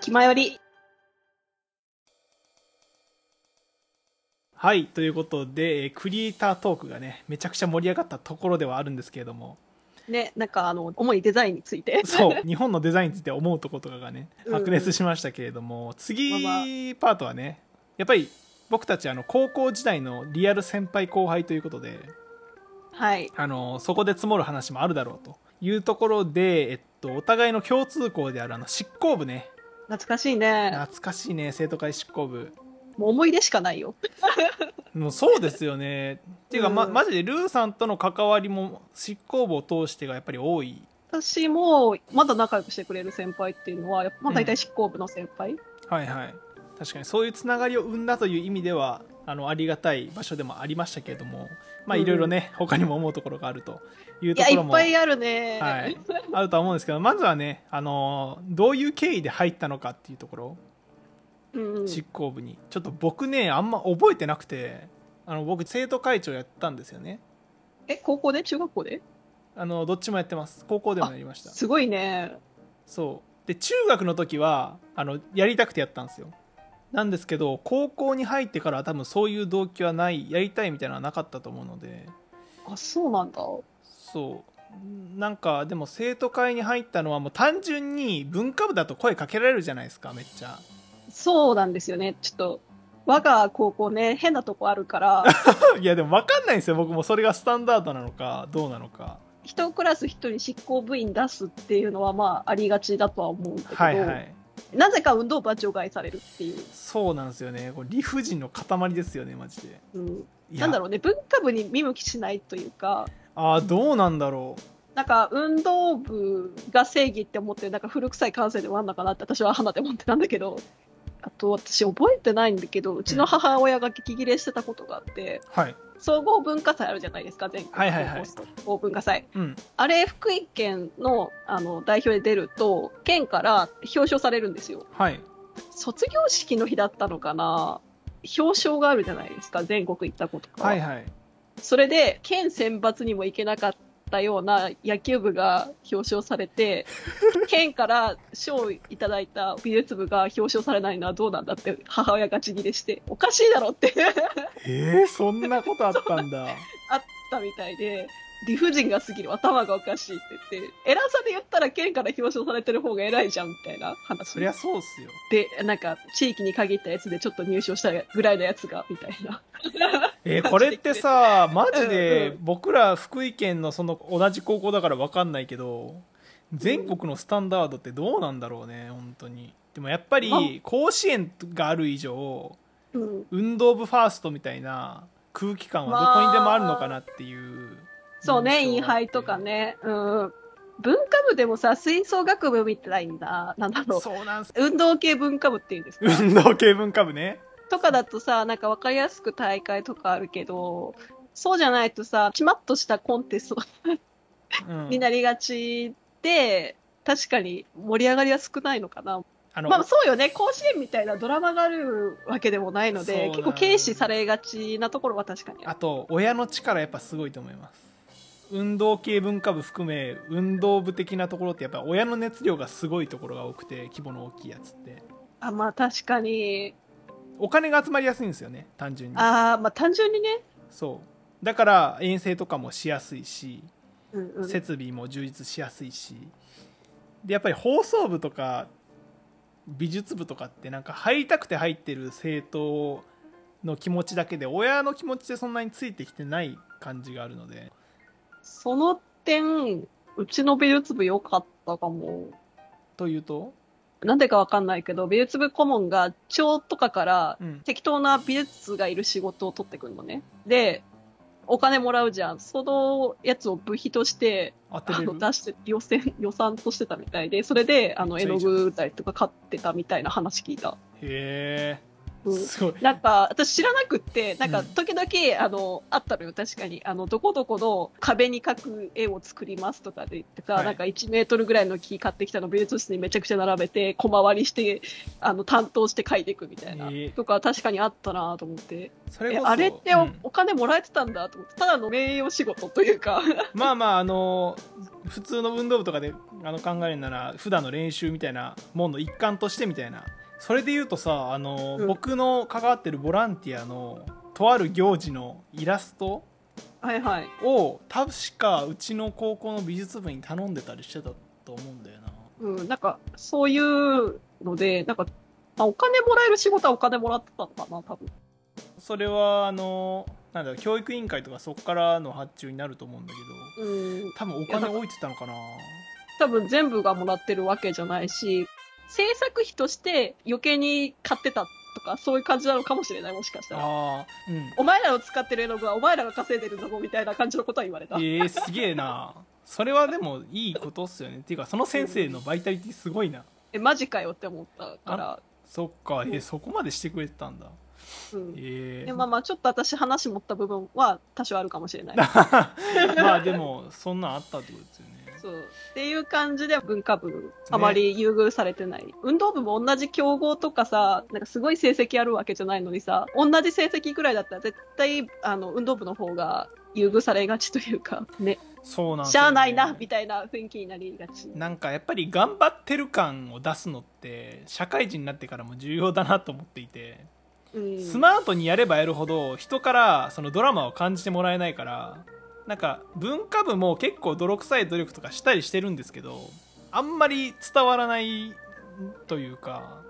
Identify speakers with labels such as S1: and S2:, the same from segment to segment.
S1: きまより。
S2: はい、ということで、えークリエイタートークがね、めちゃくちゃ盛り上がったところではあるんですけれども、
S1: ね、なんかあの、主にデザインについて。
S2: そう、 日本のデザインについて思うところとかがね、
S1: うん
S2: 白熱しましたけれども、次
S1: まあま
S2: パートはね、やっぱり僕たちあの高校時代のリアル先輩後輩ということで、
S1: はい。
S2: あのそこで積もる話もあるだろうというところで、えっと、お互いの共通項であるあの執行部ね、
S1: 懐かしいね。
S2: 懐かしいね、生徒会執行部。
S1: もう思い出しかないよ。
S2: もうそうですよね。っていうか、ま、
S1: うん
S2: マジでルーさんとの関わりも執行部を通してがやっぱり多い。
S1: 私も、まだ仲良くしてくれる先輩っていうのは、やっぱまあ大体執行部の先輩。
S2: はいはい。確かにそういうつながりを生んだという意味では、あの、ありがたい場所でもありましたけれども、まあ
S1: うん
S2: いろいろね、他にも思うところがあるという
S1: い
S2: と
S1: や、
S2: こ
S1: い
S2: ろ
S1: っ
S2: も。
S1: ぱいあるね。
S2: はい、あるとは思うんですけど、まずはね、あのーどういう経緯で入ったのかっていうところ、
S1: うんうん。
S2: 執行部に。ちょっと僕ね、あんま覚えてなくて、あの、僕生徒会長やったんですよね。
S1: え、高校で中学校で
S2: あの、どっちもやってます。高校でもやりました。
S1: すごいね。
S2: そうで中学の時はあのやりたくてやったんですよなんですけど高校に入ってからは多分そういう動機はないやりたいみたいなのはなかったと思うので
S1: あ、そうなんだ。
S2: そうなんかでも生徒会に入ったのはもう単純に文化部だと声かけられるじゃないですかめっちゃ
S1: そうなんですよね。ちょっと、我が高校ね、変なとこある から、
S2: いやでも分かんないんですよ僕もそれがスタンダードなのかどうなのか
S1: 一クラス一人執行部員出すっていうのは、まあ、ありがちだとは思うんだけど、
S2: はいはい
S1: なぜか運動部は除外されるっていう。
S2: そうなんですよねこれ理不尽の塊ですよねマジで
S1: うん
S2: いや
S1: なんだろうね、文化部に見向きしないというか、
S2: あーどうなんだろう
S1: なんか運動部が正義って思って、なんか古臭い感性でもあんのかなって、私は花で思ってたんだけど、あと私、覚えてないんだけど、うちの母親が激切れしてたことがあって、
S2: はい
S1: 総合文化祭あるじゃないですか、全国
S2: はいはいはい
S1: 総合文化祭。
S2: うん
S1: あれ、福井県のあの代表で出ると、県から表彰されるんですよ。
S2: はい
S1: 卒業式の日だったのかな表彰があるじゃないですか、全国行ったことか。
S2: はいはい
S1: それで、県選抜にも行けなかったような野球部が表彰され て、県から賞をいただいた美術部が表彰されないのはどうなんだって母親がちぎれして、おかしいだろって
S2: えー、そんなことあったんだ。
S1: あったみたいで、理不尽が過ぎる、頭がおかしいって言って、偉さで言ったら県から表彰されてる方が偉いじゃんみたいな話。
S2: そりゃそうっすよ。
S1: で、なんか、地域に限ったやつでちょっと入賞したぐらいのやつが、みたいな。
S2: えーこれっ てさ、マジ
S1: うん
S2: で
S1: う
S2: 僕ら福井県のその同じ高校だからわかんないけど、全国のスタンダードってどうなんだろうね、本当に。でもやっぱり甲子園がある以上、
S1: うん。
S2: 運動部ファーストみたいな空気感はどこにでもあるのかなっていう。
S1: そうね、イ
S2: 印
S1: ン
S2: 象があ
S1: ハ
S2: って
S1: イとか。ね。うん。文化部でもさ、吹奏楽部みたいな、なんだろう。
S2: そうなんす。
S1: 運動系文化部っていうんですか
S2: 運動系文化部ね。
S1: とかだとさ、なんかわかりやすく大会とかあるけど、そうじゃないとさ、ちまっとしたコンテスト
S2: うん
S1: になりがちで、確かに盛り上がりは少ないのかな。
S2: あの
S1: まあそうよね、甲子園みたいなドラマがあるわけでもないの
S2: そうな
S1: で、
S2: の
S1: 結構軽視されがちなところは確かにある
S2: あと親の力やっぱすごいと思います運動系文化部含め運動部的なところってやっぱ親の熱量がすごいところが多くて規模の大きいやつって
S1: あまあ確かに。
S2: お金が集まりやすいんですよね単純に
S1: あーまあ単純にね。
S2: そうだから遠征とかもしやすいし
S1: うんうん、
S2: 設備も充実しやすいしでやっぱり放送部とか美術部とかってなんか入りたくて入ってる生徒の気持ちだけで親の気持ちでそんなについてきてない感じがあるので
S1: その点、うちの美術部良かったかも。
S2: というと
S1: なんでかわかんないけど、美術部顧問が町とかから
S2: うん
S1: 適当な美術がいる仕事を取ってくるのね。で、お金もらうじゃん。そのやつを部費として、
S2: 当て
S1: あ
S2: れる
S1: の、出して、予選、予算としてたみたいで、それで、あの、
S2: めっ
S1: 絵
S2: ちゃ
S1: の
S2: いいじゃん
S1: 具代とか買ってたみたいな話聞いた。
S2: へえ
S1: うん
S2: すごい
S1: なんか、私知らなくって、なん
S2: う
S1: か、
S2: ん
S1: 時々、あの、あったのよ、確かに。あの、どこどこの壁に描く絵を作りますとかで言ってさ、
S2: はい
S1: なんか1メートルぐらいの木買ってきたのを美術室にめちゃくちゃ並べて、小回りして、あの、担当して描いていくみたいな、
S2: えー
S1: とか、確かにあったなと思って。
S2: それ
S1: え
S2: こそ
S1: あれってお,、
S2: うん
S1: 金もらえてたんだと思って、ただの名誉仕事というか、
S2: まあまああの普通の運動部とかであの考えるなら普段の練習みたいなもんの一環としてみたいなそれで言うとさあの、
S1: うん
S2: 僕の関わってるボランティアのとある行事のイラスト
S1: はいはい。
S2: を確かうちの高校の美術部に頼んでたりしてたと思うんだよな
S1: うん、なんか、そういうので、なんか、まあ、お金もらえる仕事はお金もらってたのかな、多分。
S2: それはあのなんだろう教育委員会とかそこからの発注になると思うんだけど
S1: うん。
S2: 多分お金置いてたのかな
S1: 多分全部がもらってるわけじゃないし、制作費として余計に買ってたとか、そういう感じなのかもしれない、もしかしたら。
S2: ああうん
S1: お前らを使ってる絵の具はお前らが稼いでるんだぞみたいな感じのことは言われた。
S2: えー、すげえなそれはでもいいことっすよねっていうかその先生のバイタリティすごいな
S1: え、マジかよって思ったから。
S2: そっかえーそこまでしてくれてたんだ
S1: うん。
S2: え
S1: で
S2: ー、
S1: まあまあ、ちょっと私話持った部分は多少あるかもしれない。
S2: まあでもそんなんあったってことですよね
S1: そう。っていう感じで文化部、あまり優遇されてない。運動部も同じ競合とかさ、なんかすごい成績あるわけじゃないのにさ、同じ成績ぐらいだったら絶対、あの、運動部の方が優遇されがちというか、ね、
S2: そうなんす
S1: し
S2: よね
S1: ゃあないな、みたいな雰囲気になりがち。
S2: なんかやっぱり頑張ってる感を出すのって社会人になってからも重要だなと思っていて
S1: うん。
S2: スマートにやればやるほど人からそのドラマを感じてもらえないからなんか文化部も結構泥臭い努力とかしたりしてるんですけどあんまり伝わらないというか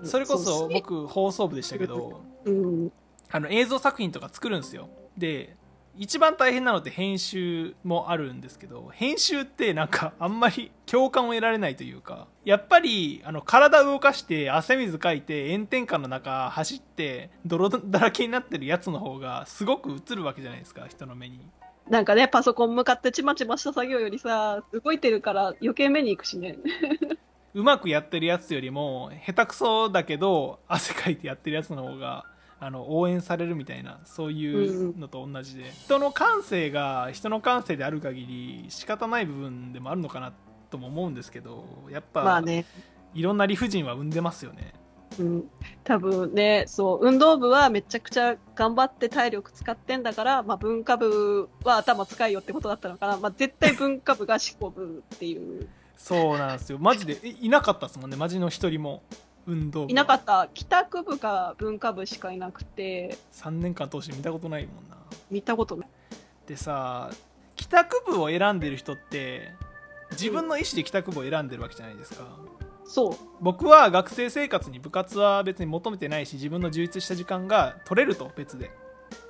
S1: うん
S2: それこそ
S1: うし
S2: 僕放送部でしたけど
S1: うん。
S2: あの映像作品とか作るんですよで一番大変なのって編集もあるんですけど編集ってなんか あんまり共感を得られないというかやっぱりあの体動かして汗水かいて炎天下の中走って泥だらけになってるやつの方がすごく映るわけじゃないですか人の目に
S1: なんかね、パソコン向かってちまちました作業よりさ、動いてるから余計目に行くしね。
S2: うまくやってるやつよりも下手くそだけど汗かいてやってるやつの方があの応援されるみたいなそういうのと同じで、人の感性が人の感性である限り仕方ない部分でもあるのかなとも思うんですけどやっぱ、
S1: まあね。
S2: いろんな理不尽は生んでますよね
S1: うん、多分ね、そう、運動部はめちゃくちゃ頑張って体力使ってんだから、まあ文化部は頭使いよってことだったのかな。まあ絶対文化部が思考部っていう。
S2: そうなんですよマジでえいなかったですもんねマジの一人も運動部
S1: いなかった、帰宅部か文化部しかいなくて、
S2: 3年間通して見たことないもんな
S1: 見たことない。
S2: でさ帰宅部を選んでる人って自分の意思で帰宅部を選んでるわけじゃないですか、
S1: そう。
S2: 僕は学生生活に部活は別に求めてないし自分の充実した時間が取れると別で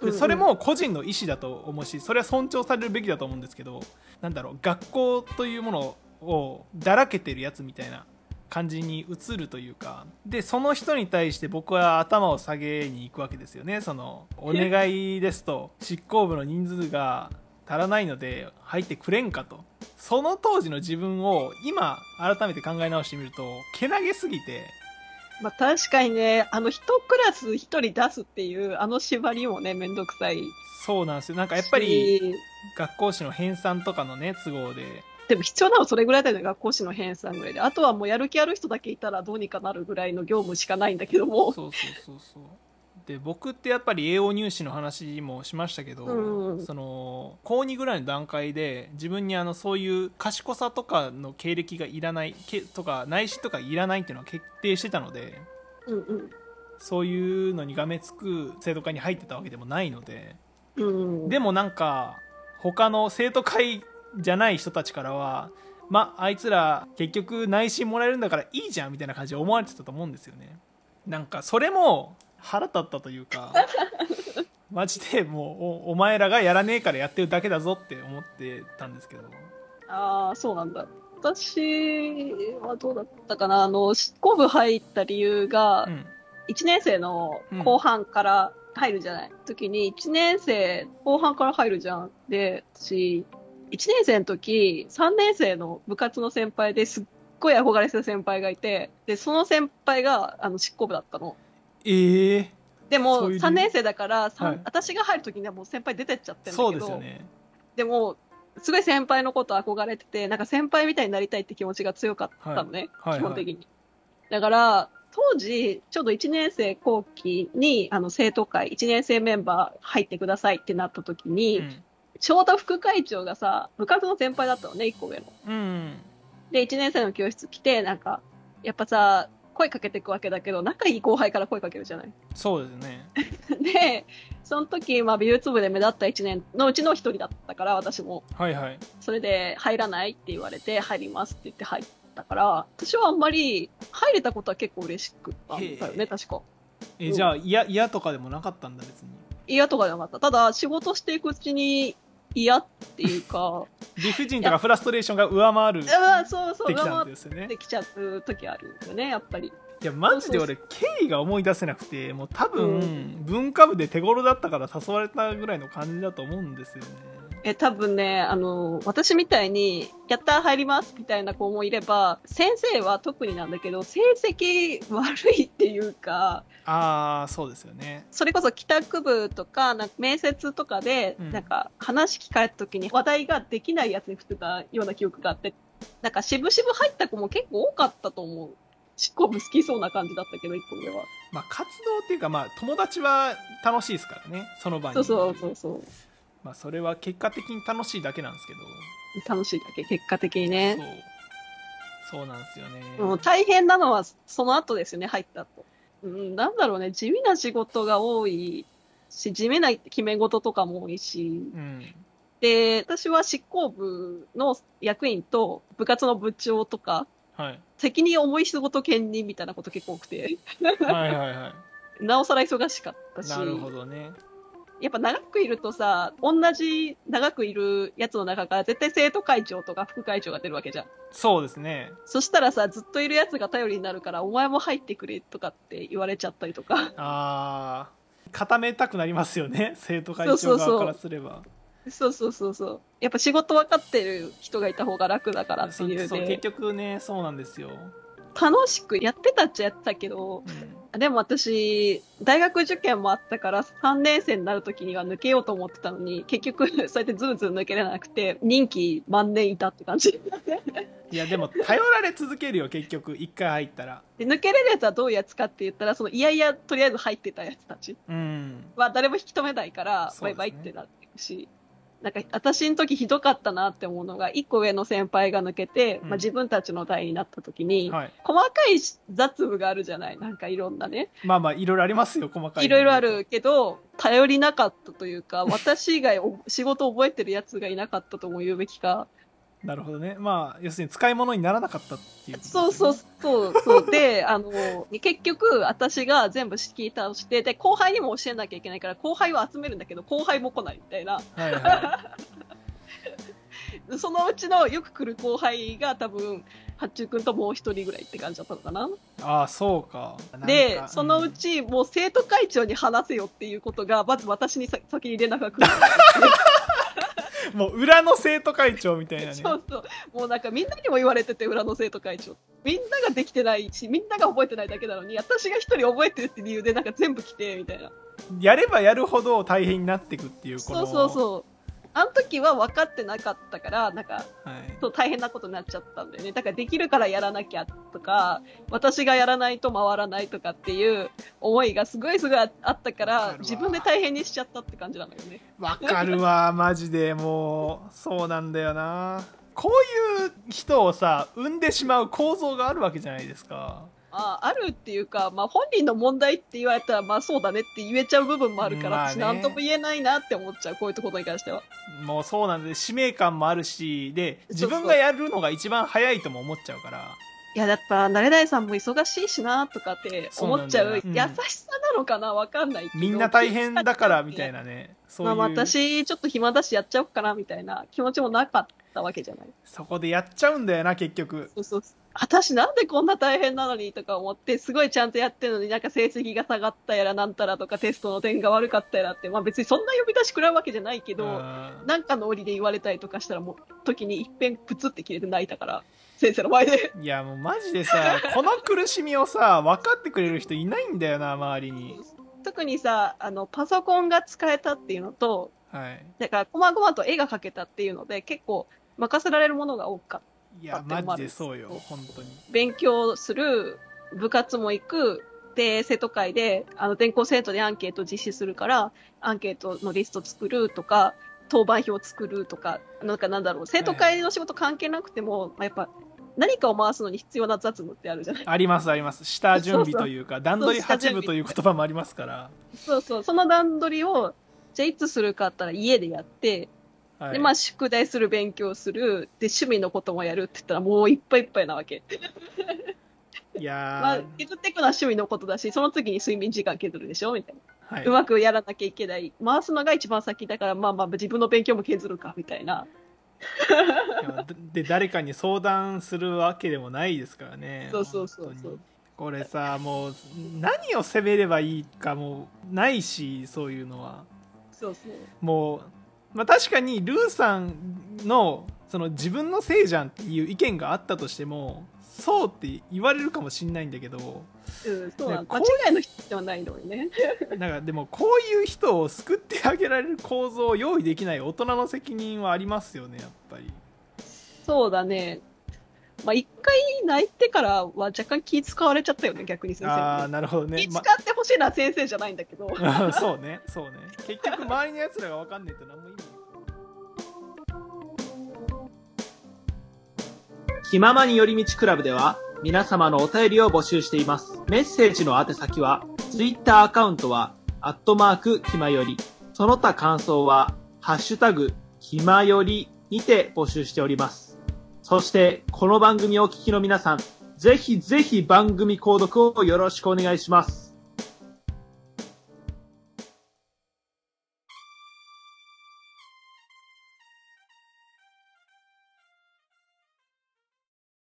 S1: うんう
S2: で
S1: ん
S2: それ、も個人の意思だと思うしそれは尊重されるべきだと思うんですけどなんだろう学校というものをだらけてるやつみたいな感じに移るというかでその人に対して僕は頭を下げに行くわけですよねそのお願いですと執行部の人数が足らないので入ってくれんかとその当時の自分を今改めて考え直してみるとけなげすぎて
S1: まあ確かにね、あの一クラス一人出すっていう、あの縛りもね、めんどくさいし。
S2: そうなんですよなんかやっぱり学校誌の編纂とかのね都合で
S1: でも必要なのはそれぐらいだよね、学校誌の編纂ぐらいで。あとはもうやる気ある人だけいたらどうにかなるぐらいの業務しかないんだけども。
S2: そうそうそうそうで僕ってやっぱり栄養入試の話もしましたけど、
S1: うんうん
S2: その高2ぐらいの段階で自分にあのそういう賢さとかの経歴がいらないけとか内視とかいらないっていうのは決定してたので
S1: うん
S2: そういうのにがめつく生徒会に入ってたわけでもないので
S1: うん。うん。
S2: でもなんか他の生徒会じゃない人たちからはまああいつら結局内心もらえるんだからいいじゃんみたいな感じで思われてたと思うんですよねなんかそれも腹立ったという かマジでもうおお前らがやらねえからやってるだけだぞって思ってたんですけど
S1: ああ、そうなんだ。私はどうだったかな。あの、執行部入った理由が
S2: う、ん
S1: 1年生の後半から入るじゃない、時に、1年生後半から入るじゃん。で、私、1年生の時、3年生の部活の先輩ですっごい憧れてた先輩がいて、で、その先輩が、あの、執行部だったの。
S2: ええ
S1: で
S2: そういう
S1: も
S2: 理由
S1: 3年生だから、さん
S2: はい
S1: 私が入る時にはもう先輩出てっちゃってるんだ
S2: そう
S1: け
S2: です
S1: ど
S2: よね
S1: でもすごい先輩のこと憧れててなんか先輩みたいになりたいって気持ちが強かったのね、
S2: はいはい
S1: 基本的に、だから当時ちょうど1年生後期にあの生徒会1年生メンバー入ってくださいってなった時に、
S2: うん
S1: ちょうど副会長がさ部活の先輩だったのね1個上の
S2: うん
S1: で1年生の教室来てなんかやっぱさ声かけていくわけだけど仲いい後輩から声かけるじゃない
S2: そうですね
S1: で、その時、まあ、美術部で目立った1年のうちの1人だったから、私も。
S2: はいはい
S1: それで、入らないって言われて、入りますって言って入ったから、私はあんまり、入れたことは結構嬉しくったんだよ
S2: へえ
S1: ね、確か。
S2: え
S1: うん
S2: じゃあ嫌嫌とかでもなかったんだ別に
S1: 嫌とかじゃなかった。ただ、仕事していくうちに嫌っていうか、
S2: 理不尽とかフラストレーションが上回る
S1: うわ、そうそう、
S2: でき
S1: 上
S2: たん
S1: 回
S2: ですよね
S1: ってきちゃう時あるよね、やっぱり。
S2: いやマジで俺経緯が思い出せなくてもう多分文化部で手頃だったから誘われたぐらいの感じだと思うんですよね
S1: え、多分ね、あの、私みたいに、やったー入りますみたいな子もいれば、先生は特になんだけど、成績悪いっていうか、
S2: ああそうですよね
S1: それこそ帰宅部とか、なんか面接とかで、
S2: うん
S1: なんか話聞かれた時に話題ができないやつに振ってたような記憶があって、なんか渋々入った子も結構多かったと思う。執行部好きそうな感じだったけど、一個上は。
S2: まあ活動っていうかまあ友達は楽しいですからねその場に
S1: そうそうそうそう。
S2: まあそれは結果的に楽しいだけなんですけど
S1: 楽しいだけ、結果的にね。
S2: そうそうなんですよね
S1: もう大変なのはその後ですよね、入った後。うん、なんだろうね、地味な仕事が多いし、地味な決め事とかも多いし、
S2: うん
S1: で、私は執行部の役員と部活の部長とか、
S2: はい、
S1: 責任重い仕事兼任みたいなこと結構多くて、
S2: はいはいはい
S1: なおさら忙しかったし、
S2: なるほどね
S1: やっぱ長くいるとさ、同じ長くいるやつの中から絶対生徒会長とか副会長が出るわけじゃん。
S2: そうですね
S1: そしたらさ、ずっといるやつが頼りになるから、お前も入ってくれとかって言われちゃったりとか。
S2: あー固めたくなりますよね生徒会
S1: そ
S2: 長
S1: うそうそう
S2: 側からすれば
S1: そうそうそうそう。やっぱ仕事分かってる人がいた方が楽だからって
S2: そ
S1: いうう
S2: そう結
S1: で、
S2: 局ねそうなんですよ、
S1: 楽しくやってたっちゃやってたけど、
S2: うん
S1: でも私、大学受験もあったから、3年生になる時には抜けようと思ってたのに、結局、 そうやってずるずる抜けれなくて、任期万年いたって感じ。
S2: いやでも頼られ続けるよ結局一回入ったら
S1: で、抜けれるやつはどういうやつかって言ったら、その、いやいや、とりあえず入ってたやつたち
S2: うん
S1: は誰も引き止めないから、
S2: そう
S1: バ
S2: で
S1: イ
S2: すね
S1: バイってなっていくし、なんか、私の時ひどかったなって思うのが、1個上の先輩が抜けて、
S2: うん
S1: まあ自分たちの代になった時に、
S2: はい
S1: 細かい雑務があるじゃないなんかいろんなね。
S2: まあまあいろいろありますよ細かい
S1: いろいろあるけど、頼りなかったというか、私以外お仕事覚えてるやつがいなかったとも言うべきか。
S2: なるほどねまあ要するに使い物にならなかったっていうことですね、
S1: そうそうそうそう。で、あの、結局、私が全部仕切り倒して、で、後輩にも教えなきゃいけないから、後輩は集めるんだけど、後輩も来ないみたいな。
S2: はいは
S1: そのうちのよく来る後輩が多分、八中くんともう一人ぐらいって感じだったのかな。
S2: い、ああそうかなんか
S1: で、そのうんち、もう生徒会長に話せよっていうことが、まず私に先先に連絡が来る。
S2: もう裏の生徒会長みたいなね
S1: そうそう。もうなんかみんなにも言われてて、裏の生徒会長。みんなができてないし、みんなが覚えてないだけなのに、私が一人覚えてるって理由で、なんか全部来て、みたいな。
S2: やればやるほど大変になっていくっていうこ
S1: そ
S2: の
S1: うそうそう。あの時は分かってなかったから、なんか、
S2: う、はい、
S1: そう大変なことになっちゃったんだよね。だからできるからやらなきゃとか、私がやらないと回らないとかっていう思いがすごいすごいああったか
S2: わからるわ、
S1: 自分で大変にしちゃったって感じなのよね。
S2: わかる わマジでもうそうなんだよなこういう人をさ生んでしまう構造があるわけじゃないですか
S1: ああるっていうか、まあ、本人の問題って言われたら、まあそうだねって言えちゃう部分もあるから、
S2: まあね
S1: 私、なんとも言えないなって思っちゃう、こういうところに関しては。
S2: もうそうなんで使命感もあるしで
S1: そ
S2: 自
S1: うそう
S2: 分がやるのが一番早いとも思っちゃうから
S1: いや、やっぱ、慣れないさんも忙しいしなとかって思っちゃう、
S2: そう
S1: 優
S2: なんだよなうん
S1: しさなのかな、わかんないけど
S2: みんな大変だからみたい。なねそう
S1: ま
S2: い
S1: あ、
S2: う、
S1: 私、ちょっと暇だし、やっちゃおうかなみたいな気持ちもなかったわけじゃない。
S2: そこでやっちゃうんだよな結局
S1: そうそう私なんでこんな大変なのにとか思って、すごいちゃんとやってるのになんか成績が下がったやらなんたらとかテストの点が悪かったやらって、まあ別にそんな呼び出し食らうわけじゃないけど、
S2: うん
S1: なんかの折で言われたりとかしたらもう時にいっぺんプツって切れて泣いたから先生の前で。
S2: いやもうマジで さこの苦しみをさ分かってくれる人いないんだよな周りに
S1: 特にさ、あの、パソコンが使えたっていうのと、
S2: はい
S1: だから、こまごまと絵が描けたっていうので、結構、任せられるものが多かっ
S2: い
S1: だ
S2: や
S1: って
S2: マ
S1: 思わ
S2: ジ
S1: れ
S2: で
S1: る
S2: そうよ本当に
S1: た。勉強する、部活も行く、で、生徒会で、あの、全校生徒でアンケート実施するから、アンケートのリスト作るとか、当番表作るとか、なんかなんだろう、生徒会の仕事関係なくても、まあやっぱ、何かを回すのに必要な雑務ってあるじゃない
S2: ありますあります下準備というか段取り
S1: そう下準
S2: 8
S1: 備
S2: 部という言葉もありますから、
S1: そうそう、その段取りを、じゃあいつするかあったら家でやって、
S2: はい
S1: で、まあ宿題する、勉強する、で、趣味のこともやるって言ったらもういっぱいいっぱいなわけ。
S2: いや
S1: まあ
S2: ー、
S1: 削っていくのは趣味のことだし、その次に睡眠時間削るでしょみたいな。
S2: はいう
S1: まくやらなきゃいけない。回すのが一番先だから、まあまあ自分の勉強も削るか、みたいな。
S2: いやで誰かに相談するわけでもないですからね
S1: そうそうそう
S2: 本
S1: そ
S2: 当
S1: う
S2: にこれさもう何を責めればいいかもうないしそういうのは
S1: そうそう。
S2: もう、まあ、確かにルーさんのその自分のせいじゃんっていう意見があったとしてもそうって言われるかもしんないんだけど
S1: うん、そうなの
S2: ね。こう
S1: 間違
S2: い
S1: いの人ではないのにね。
S2: なんかでもこういう人を救ってあげられる構造を用意できない大人の責任はありますよねやっぱり
S1: そうだね。まあ一回泣いてからは若干気使われちゃったよね、逆に先
S2: あ
S1: 生
S2: あー
S1: に。
S2: なるほどね
S1: 気使ってほしいのは先生じゃないんだけど。
S2: うん そうねそうね結局周りのやつらが分かんねえと何も意味ない
S3: 気ままに寄り道クラブでは皆様のお便りを募集しています。メッセージの宛先は、ツイッターアカウントは、アットマーク、気まより。その他感想は、ハッシュタグ、気まよりにて募集しております。そして、この番組をお聞きの皆さん、ぜひぜひ番組購読をよろしくお願いします。